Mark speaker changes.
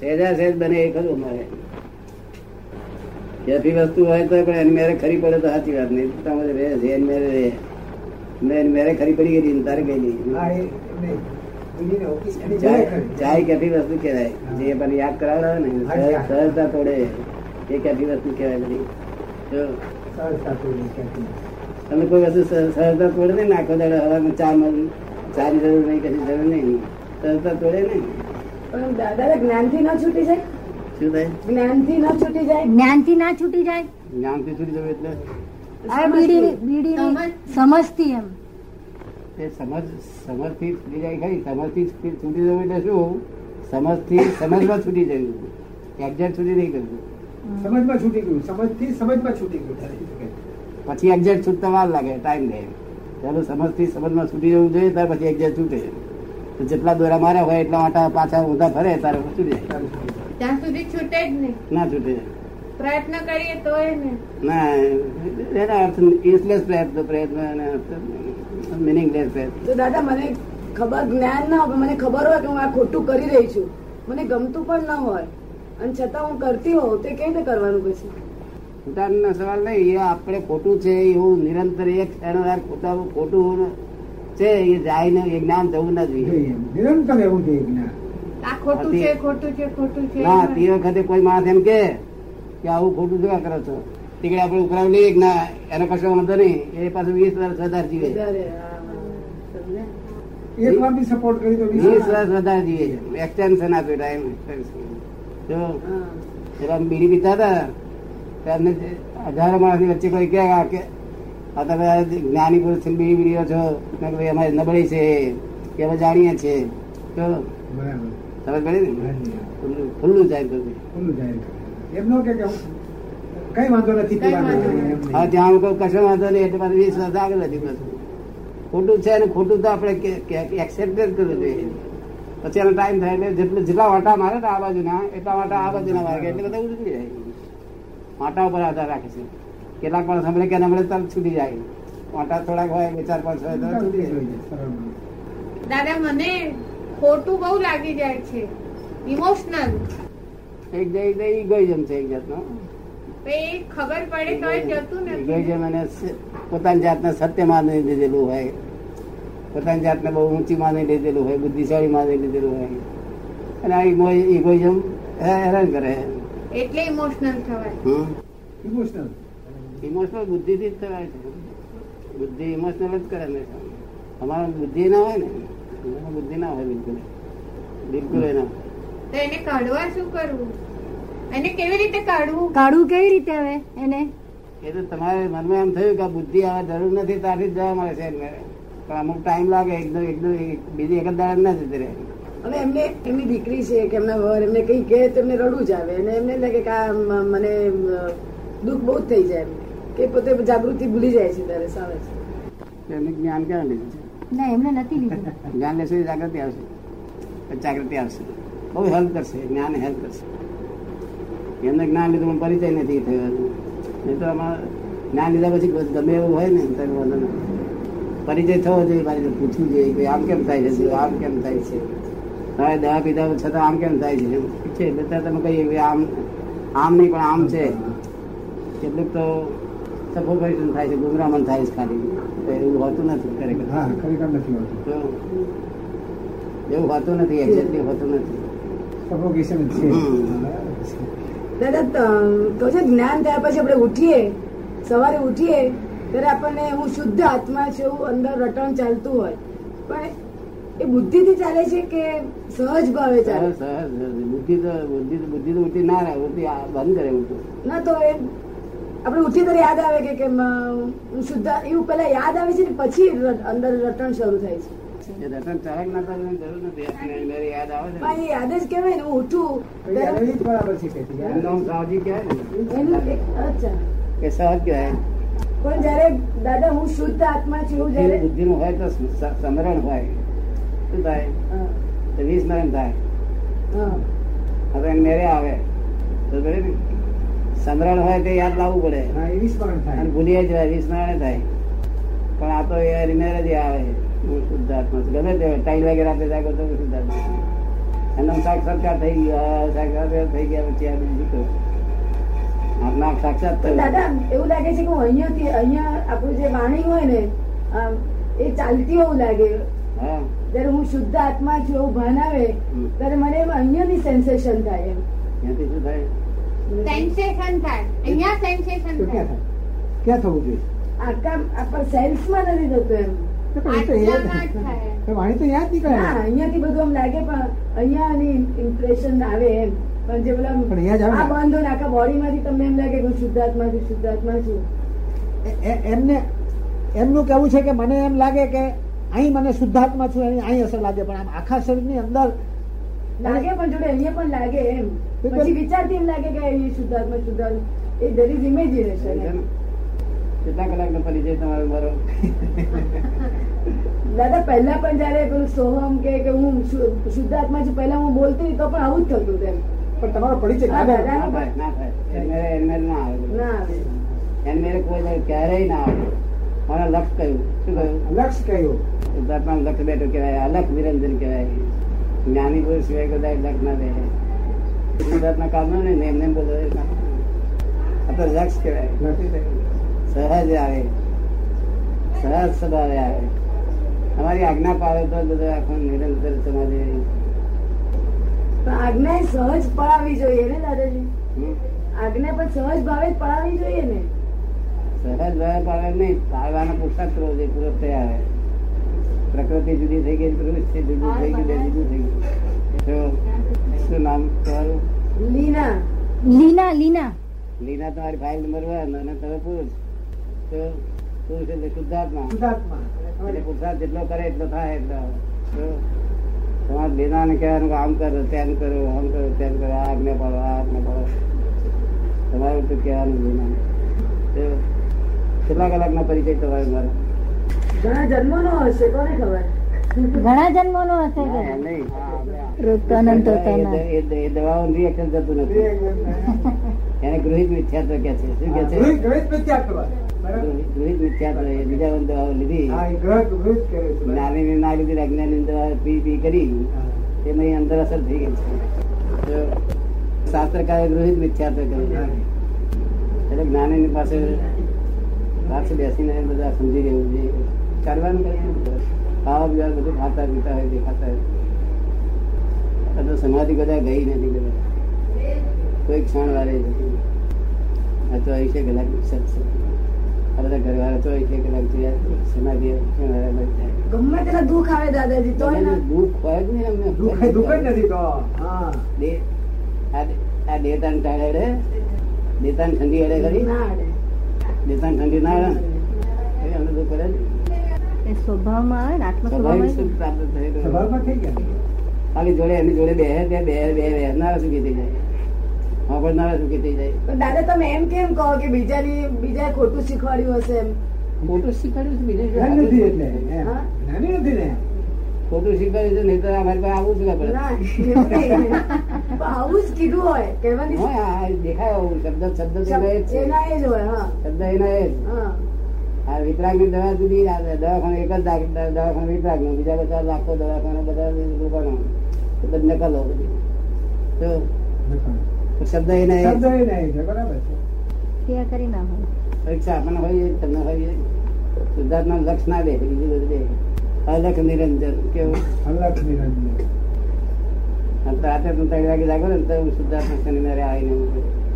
Speaker 1: સહેજા સહેજ બને એ ખરું અમારે ત્યાંથી વસ્તુ હોય તો પણ એની મેરે ખરી પડે તો સાચી વાત નહીં તમારે રહે છે એની મેરે રહે મેં એની મેરે ખરી પડી ગયેલી ને તારે
Speaker 2: હા,
Speaker 1: ગયેલી
Speaker 2: એ- નહીં. બીજીને ઓફિસ એની જોડે
Speaker 1: ચાય
Speaker 2: કરી.
Speaker 1: ચાય કેફી વસ્તુ કહેવાય જે પણ યાદ કરાવડાવે ને
Speaker 2: હા,
Speaker 1: સહજ-
Speaker 2: યાદ.
Speaker 1: સહજતા તોડે એ કેફી વસ્તુ કહેવાય બધી જો
Speaker 2: સરળતા પૂરી કરતી.
Speaker 1: તમે કોઈ વસ્તુ સહ- સહજતા તોડે નહીં નાખો દાડે હવામાં ચા મળી ચાની જરૂર નહીં કશી જરૂર નહીં સહજતા તોડે ને
Speaker 3: પણ દાદા જ્ઞાનથી ન છૂટી જાય
Speaker 1: શું થાય
Speaker 3: જ્ઞાનથી ન છૂટી જાય
Speaker 4: જ્ઞાનથી ના છૂટી જાય
Speaker 1: જ્ઞાનથી છૂટી જવું એટલે
Speaker 4: આ બીડી બીડી સમજતી એમ
Speaker 1: તે સમજ સમજથી છૂટી જાય ખરી સમજથી છૂટી- છૂટી જવું એટલે શું સમજથી સમજમાં છૂટી જવું એક્ઝેક્ટ છૂટી નહીં કરવું
Speaker 2: સમજમાં છૂટી ગયું સમજથી સમજમાં છૂટી ગયું તારી રીતે.
Speaker 1: પછી એક્ઝેક્ટ છૂટતા વાર લાગે ટાઈમ લે ત્યારે સમજથી સમજમાં છૂટી જવું જોઈએ ત્યાર પછી એક્ઝેક્ટ છૂટે તો જેટલા દોરા માર્યા હોય એટલા આટા પાછા ઊંધા ફરે ત્યારે છૂટી જાય
Speaker 2: તારી રીતે.
Speaker 3: ત્યાં સુધી છૂટે જ નહીં
Speaker 1: ના છૂટે
Speaker 3: પ્રયત્ન કરીએ તોય ને
Speaker 1: ના એના અર્થ યુઝલેસ પ્રયત્ન પ્રયત્ન એના અર્થ મિનિંગલેસ પ્રયત્ન
Speaker 3: તો દાદા મને ખબર જ્ઞાન ના હોય પણ મને ખબર હોય કે હું આ ખોટું કરી રહી છું મને ગમતું પણ ન હોય અને છતાં હું કરતી હોઉં તો એ કેવી રીતે કરવાનું પછી
Speaker 1: પોતાનો સવાલ નહીં એ આપણે ખોટું છે એવું નિરંતર એક એનો યાર પોતાનું ખોટું છે એ જાય ને એ જ્ઞાન જવું ના જોઈએ
Speaker 2: જોઈએ. નિરંતર એવું જોઈએ જ્ઞાન.
Speaker 3: આ
Speaker 1: ખોટું હતી. છે,
Speaker 3: ખોટું છે ખોટું
Speaker 1: ના તે વખતે કોઈ માણસ એમ કે કે આવું ખોટું શું આ કરો છો ટીકડે આપણે ઉકરાવ લઈએ કે ના એનો કશો વાંધો નહીં એ પાછું વીસ વર્ષ વધારે જીવે
Speaker 2: એક વાર બી સપોર્ટ કરી તો બીજી
Speaker 1: વીસ
Speaker 2: વાર.
Speaker 1: વર્ષ વધારે જીવે એક્સટેન્શન આપ્યું ટાઈમ એક્સટેન્શન જો પેલા અમે બીડી પીતા હતા તો એમને હજારો માણસની વચ્ચે કોઈ કે આ કે આ તમે આ જ્ઞાની પુરુષ થઈને બીડી પીડ્યો છો મેં કીધું ભાઈ અમારી નબળી છે કે અમે જાણીએ છીએ તો
Speaker 2: બરાબર.
Speaker 1: સમજ પડી ને
Speaker 2: હાજી.
Speaker 1: ખુલ્લું- ખુલ્લું જાય બધું
Speaker 2: ખુલ્લું જાહેર કરે. એમ ન કે કે હું કઈ વાંધો નથી પીવાનો. એમ નહીં.
Speaker 1: હવે ત્યાં હું કહું કશો વાંધો નહીં એટલે પાછું વીસ વર્ષ આગળ વધી પાછું ખોટું છે અને ખોટું તો આપણે એક્સેપ્ટ જ કરવું જોઈએ પછી એનો ટાઈમ થાય એટલે જેટલું જેટલા વાટા મારે ને આ બાજુના એટલા વાટા આ બાજુના મારે એટલે બધા ઉડી જાય વાટા ઉપર આધાર રાખે છે કેટલાક પણ સંભળે કે નમળે તરત છૂટી જાય વાટા થોડાક હોય બે ચાર પાંચ હોય તો છૂટી જાય
Speaker 2: સરળમાં.
Speaker 5: દાદા મને ખોટું બહુ લાગી જાય છે ઇમોશનલ
Speaker 1: એક જઈ એક જઈ ઇગોઇઝમ છે એક જાતનો
Speaker 5: એ ખબર પડે તો જતું નથી
Speaker 1: ઇગોઇઝમ અને સ- પોતાની જાતને સત્ય માની લીધેલું હોય પોતાની જાતને બહુ ઊંચી માની લીધેલું હોય બુદ્ધિશાળી માની લીધેલું હોય અને આ ઇગો- ઇગોઇઝમ હે- હેરાન કરે
Speaker 5: એટલે ઇમોશનલ થવાય
Speaker 1: હમ
Speaker 2: ઇમોશનલ
Speaker 1: ઇમોશનલ બુદ્ધિથી જ થવાય છે બુદ્ધિ ઇમોશનલ જ કરે ને અમારા બુદ્ધિ ના હોય ને અમારા બુદ્ધિ ના હોય બિલકુલ બિલકુલ એના
Speaker 5: તો એને કાઢવા શું કરવું એને કેવી રીતે કાઢવું
Speaker 4: કાઢવું કેવી રીતે હવે એને
Speaker 1: એ તો તમારે મનમાં એમ થયું કે આ બુદ્ધિ આવે જરૂર નથી ત્યાંથી જ જવા મળે છે એમને પણ અમુક ટાઈમ લાગે એકદમ એકદમ બીજી એક જ દાડે ના જતી રહે
Speaker 3: અને એમને એમની દીકરી છે કે એમના વર એમને કંઈ કહે તો એમને રડવું જ આવે અને એમને લાગે કે આ મ- મને અમ, દુઃખ બહુ જ થઈ જાય એમ. કે પોતે જાગૃતિ ભૂલી જાય છે ત્યારે સાવ જ.
Speaker 1: તો એમનું જ્ઞાન ક્યાં લીધું છે
Speaker 4: ના એમને નથી લીધું
Speaker 1: જ્ઞાન લેશે તો જાગૃતિ આવશે તો જાગૃતિ આવશે બહુ હેલ્પ કરશે જ્ઞાન હેલ્પ કરશે એમને જ્ઞાન લીધું પણ પરિચય નથી થયો હજુ. નહીં તો આમાં જ્ઞાન લીધા પછી ગમે એવું હોય ને તો વાંધો નથી પરિચય થવો જોઈએ મારી જોડે પૂછવું જોઈએ કે આમ કેમ થાય છે આમ કેમ થાય છે તમારે દવા પીધા પછી છતાં આમ કેમ થાય છે એમ છે એટલે ત્યારે તમે કહીએ કે આમ આમ નહીં પણ આમ છે કેટલુંક તો સફોકેશન થાય છે ગુમરામણ થાય છે ખાલી એવું હોતું નથી ખરેખર
Speaker 2: હા ખરેખર નથી હોતું
Speaker 1: તો એવું હોતું નથી એક્ઝેક્ટલી હોતું નથી
Speaker 2: સફોકેશન જ છે
Speaker 1: હમ.
Speaker 2: બરાબર છે.
Speaker 3: દાદા ત- તો છે જ્ઞાન થયા પછી આપણે ઉઠીએ સવારે ઉઠીએ ત્યારે આપણને હું શુદ્ધ આત્મા છું એવું અંદર રટણ ચાલતું હોય પણ એ બુદ્ધિથી ચાલે છે કે સહજ ભાવે ચાલે
Speaker 1: સહજ સહજ બુદ્ધિ તો બુદ્ધિ તો બુદ્ધિ તો ઉડતી ના રહે ઉડતી આ બંધ કરે ઉડતું
Speaker 3: ના તો એ આપણે ઉઠીએ ત્યારે યાદ આવે કે- કે મ- હું શુદ્ધ એવું પહેલા યાદ આવે છે ને પછી ર- અંદર રટણ શરૂ થાય
Speaker 1: એ
Speaker 3: છે
Speaker 1: રતન ચરક ના કરવાની જરૂર નથી આપણે અંદર યાદ આવે
Speaker 3: પણ એ યાદ જ કહેવાય ને હું ઉઠું
Speaker 2: તો એ
Speaker 3: ત્યારે-
Speaker 2: આવેલી જ બરાબર છે કે
Speaker 1: ને એમનો આમ સાવજી કહેવાય
Speaker 3: એનું
Speaker 1: ને
Speaker 3: એક અચ્છા
Speaker 1: એ સહજ કહેવાય
Speaker 3: પણ જયારે દાદા હું શુદ્ધ આત્મા છું એવું
Speaker 1: બુદ્ધિ
Speaker 3: જયારે
Speaker 1: બુદ્ધિનું હોય તો સ્મ- સ- સમરણ હોય શું થાય
Speaker 3: હા,
Speaker 1: તો વિસ્મરણ થાય
Speaker 3: હા
Speaker 1: હવે એને મેરે આવે તો બરાબર ને સમરણ હોય તે યાદ લાવવું પડે
Speaker 2: હા એ વિસ્મરણ
Speaker 1: અને
Speaker 2: થાય
Speaker 1: ભૂલી જાય વિસ્મરણે થાય પણ આ તો એ રિમેર જ આવે હું શુદ્ધાત્મા છું. ગમે તે ટાઈલ વગેરે આપે જાગો તો હું શુદ્ધાત્મા છું. એનો સાક્ષાત્કાર થઈ ગયા સાક્ષાત્કાર થઈ ગયા પછી આ બીજું શું કરવું? આત્મા સાક્ષાત
Speaker 3: પણ
Speaker 1: થયું.
Speaker 3: દાદા એવું લાગે છે કે હું અહીંયાથી અહીંયા આપણું જે વાણી હોય ને આમ, એ ચાલતી એવું લાગે
Speaker 1: હા
Speaker 3: જ્યારે હું શુદ્ધ આત્મા છું એવું ભાન આવે
Speaker 1: હમ.
Speaker 3: ત્યારે મને એમ અહીંયાની સેન્સેશન થાય એમ
Speaker 1: ત્યાંથી શું થાય
Speaker 5: સેન્સેશન થાય અહીંયા સેન્સેશન
Speaker 2: તો
Speaker 5: થાય
Speaker 2: ક્યાં થાય ક્યાં થવું જોઈએ
Speaker 3: આખા આપણા સેલ્સમાં નથી થતું એમ
Speaker 2: તો પણ એ તો અહીંયા
Speaker 5: આત્મામાં
Speaker 2: જ
Speaker 5: જ થાય.
Speaker 2: તો વાણી તો અહીંયા જ નીકળે ને.
Speaker 3: ના અહીંયાથી બધું આમ લાગે પણ અહીંયાની ઇમ્પ્રેશન આવે એમ પણ જે પેલા
Speaker 2: પણ અહીંયા જ આવે ને.
Speaker 3: આ બંધ હોય ને આખા બોડીમાંથી તમને એમ લાગે કે હું શુદ્ધ આત્મા છું શુદ્ધ આત્મા છું
Speaker 2: એ- એ- એમને એમનું કેવું છે કે મને એમ લાગે કે અહીં મને શુદ્ધાત્મા છું એની અહીં અસર લાગે પણ આમ આખા શરીરની અંદર
Speaker 3: લાગે પણ જોડે અહીંયા પણ લાગે એમ પછી વિચારથી એમ લાગે કે એ શુદ્ધ આત્મા શુદ્ધ આત્મા એ દરેક
Speaker 1: છે
Speaker 3: ઇમેજિનેશન
Speaker 1: ને? કેટલા કલાકનો પરિચય તમારો મારો
Speaker 3: દાદા પહેલા પણ જયારે પેલું સોહમ કે કે હું શુ- શુદ્ધ આત્મા છું પહેલા હું બોલતી હતી તો પણ આવું જ થતું તેમ
Speaker 2: પણ તમારો પરિચય
Speaker 3: હા,
Speaker 2: આગળ.
Speaker 3: દાદા.
Speaker 1: ના થાય ના થાય એનમેરે એનમેરે ના આવે
Speaker 3: ના આવે
Speaker 1: એનમેરે કોઈ દાડો ક્યારેય ના આવે મને લક્ષ કહ્યું શું કહ્યું
Speaker 2: લક્ષ કયો
Speaker 1: શુદ્ધાત્મા લક્ષ બેઠું કહેવાય અલખ નિરંજન કહેવાય જ્ઞાની પુરુષ સિવાય કદાચ લક્ષ ના રહે શુદ્ધાત્મા કામ ને એમ નેમ બોલો એ ના. આ તો લક્ષ કહેવાય સહજ આવે સહજ સ્વભાવે આવે તમારી આજ્ઞા પાડે તો બધું આખું નિરંતર તમારે
Speaker 3: પણ આજ્ઞા એ સહજ પડાવી જોઈએ ને દાદાજી
Speaker 1: હમ?
Speaker 3: આજ્ઞા પણ સહજ ભાવે જ પડાવી જોઈએ ને
Speaker 1: સહજ ભાવે પાડે નહીં પાડવાનો પુરસાદ કરવો જોઈએ પૂરો થયા આવે પ્રકૃતિ જુદી થઈ ગઈ પુરુષ છે જુદું થઈ ગયું બે જુદું થઈ ગયું તો શું નામ તમારું
Speaker 3: લીના
Speaker 4: લીના લીના
Speaker 1: લીના તમારી ફાઇલ નંબર વન અને તમે પુરુષ તો પુરુષ એટલે શુદ્ધાત્મા
Speaker 2: શુદ્ધાત્મા
Speaker 1: એટલે પુરુષાર્થ જેટલો કરે એટલો થાય એટલો તો તમારે લીનાને કહેવાનું કે આમ કરો તેમ કરો આમ કરો તેમ કરો આ આજ્ઞા પાડો આ આજ્ઞા પાડો તમારું તો કહેવાનું લીનાને તો કેટલા કલાકનો પરિચય તમારે મારો
Speaker 3: ઘણા જન્મોનો હશે કોને ખબર
Speaker 4: ઘણા જન્મોનો હશે કે
Speaker 1: ના, નહીં.
Speaker 4: રોતો અનંત હોતો
Speaker 1: એ
Speaker 4: ના.
Speaker 1: દ- એ દ- એ દવાઓનું reaction થતું નથી એને ગૃહિત મિથ્યાત્વ કે છે શું કે છે
Speaker 2: ગૃહિત- ગૃહિત પ્રત્યાગ કરવા. બરાબર?
Speaker 1: ગૃહિત- ગૃહિત મિથ્યાત્વ એ બીજા બધી દવાઓ લીધી
Speaker 2: હા, એ ગ્રહ- ગૃહિત કરે છે.
Speaker 1: નાની ની ના લીધી અજ્ઞાની દવા પી પી કરી
Speaker 2: હા.
Speaker 1: તેની અંદર અસર થઈ ગઈ છે તો શાસ્ત્રકારે ગૃહિત મિથ્યાત્વ કર્યું છે. એટલે જ્ઞાનીની પાસે પાસે બેસીને એ બધા સમજી ગયું છે કરવાનું કઈ ખાવા પીવા બધું ખાતા પીતા હોય તે ખાતા હોય આ તો સમાધિ બધા ગઈ નથી બધા કોઈ ક્ષણ વારે નથી આ તો અહીં છે કલાક સત્સંગ આ બધા ઘરવાળા તો અહીં છે કલાક થયા સમાધિ ક્ષણ વારે મળી જાય
Speaker 3: ગમે તેના દુઃખ આવે દાદાજી તો એના
Speaker 1: દુઃખ હોય જ નહીં અમને.
Speaker 2: દુઃખ- દુઃખ જ નથી તો હા
Speaker 1: બે- આ બે- આ બે ત્રણ ટાળે રે. બે ત્રણ ઠંડી અડે ખરી
Speaker 3: ના અડે.
Speaker 1: બે ત્રણ ઠંડી ના અડે એ અમને દુઃખ અડે ને.
Speaker 4: એ સ્વભાવમાં આવે ને આત્મ
Speaker 1: સ્વાભાવિક સુખ
Speaker 4: સ્વભાવમાં
Speaker 1: પ્રાપ્ત થયેલું હોય.
Speaker 2: સ્વભાવમાં થઈ ગયા
Speaker 1: ખાલી જોડે એની જોડે બે બે બે બે વહેનારા સુખી થઈ જાય વાપરનારા સુખી થઈ જાય
Speaker 3: પણ દાદા તમે એમ કેમ કહો કે બીજાની બીજા ખોટું શીખવાડ્યું હશે એમ
Speaker 1: ખોટું શીખવાડ્યું છે બીજું શું
Speaker 2: નાની નથી એટલે
Speaker 1: આપ્યું છે?
Speaker 2: એમ.
Speaker 3: હા?
Speaker 2: નાની નથી ને
Speaker 1: ખોટું શીખવાડ્યું છે નહીં તો અમારી પાસે આવું શું કામ પડે?
Speaker 3: ના એવું નહીં. પણ આવું જ કીધું હોય કહેવાની
Speaker 1: હા, હા, એ દેખાય એવું. શબ્દ શબ્દ તો એના એ જ છે.
Speaker 3: એના એ જ હોય હા
Speaker 1: શબ્દ એના એ જ
Speaker 3: હા
Speaker 1: આ વિતરાગની દવા સુધી આ દવાખાનું એક જ ડાક- દવાખાનું વિતરાગનું બીજા બધા લાખો દવાખાના બધા દુકાનો એ બધી નકલો બધી તો શબ્દ એને
Speaker 2: શબ્દ એ નહીં છે બરાબર છે
Speaker 4: ક્રિયા કરી ના હોય
Speaker 1: પરીક્ષા આપણને હોય એ તમને હોય એ. શુદ્ધાત્મા લક્ષ ના દે બીજું બધું દે અલખ નિરંજન કેવું
Speaker 2: અલગ નિરંજન
Speaker 1: આમ તો રાતે તમે ત્રણ વાગે જાગો ને તો હું શુદ્ધાત્મા શનિ મારે આવીને ઊભો છું.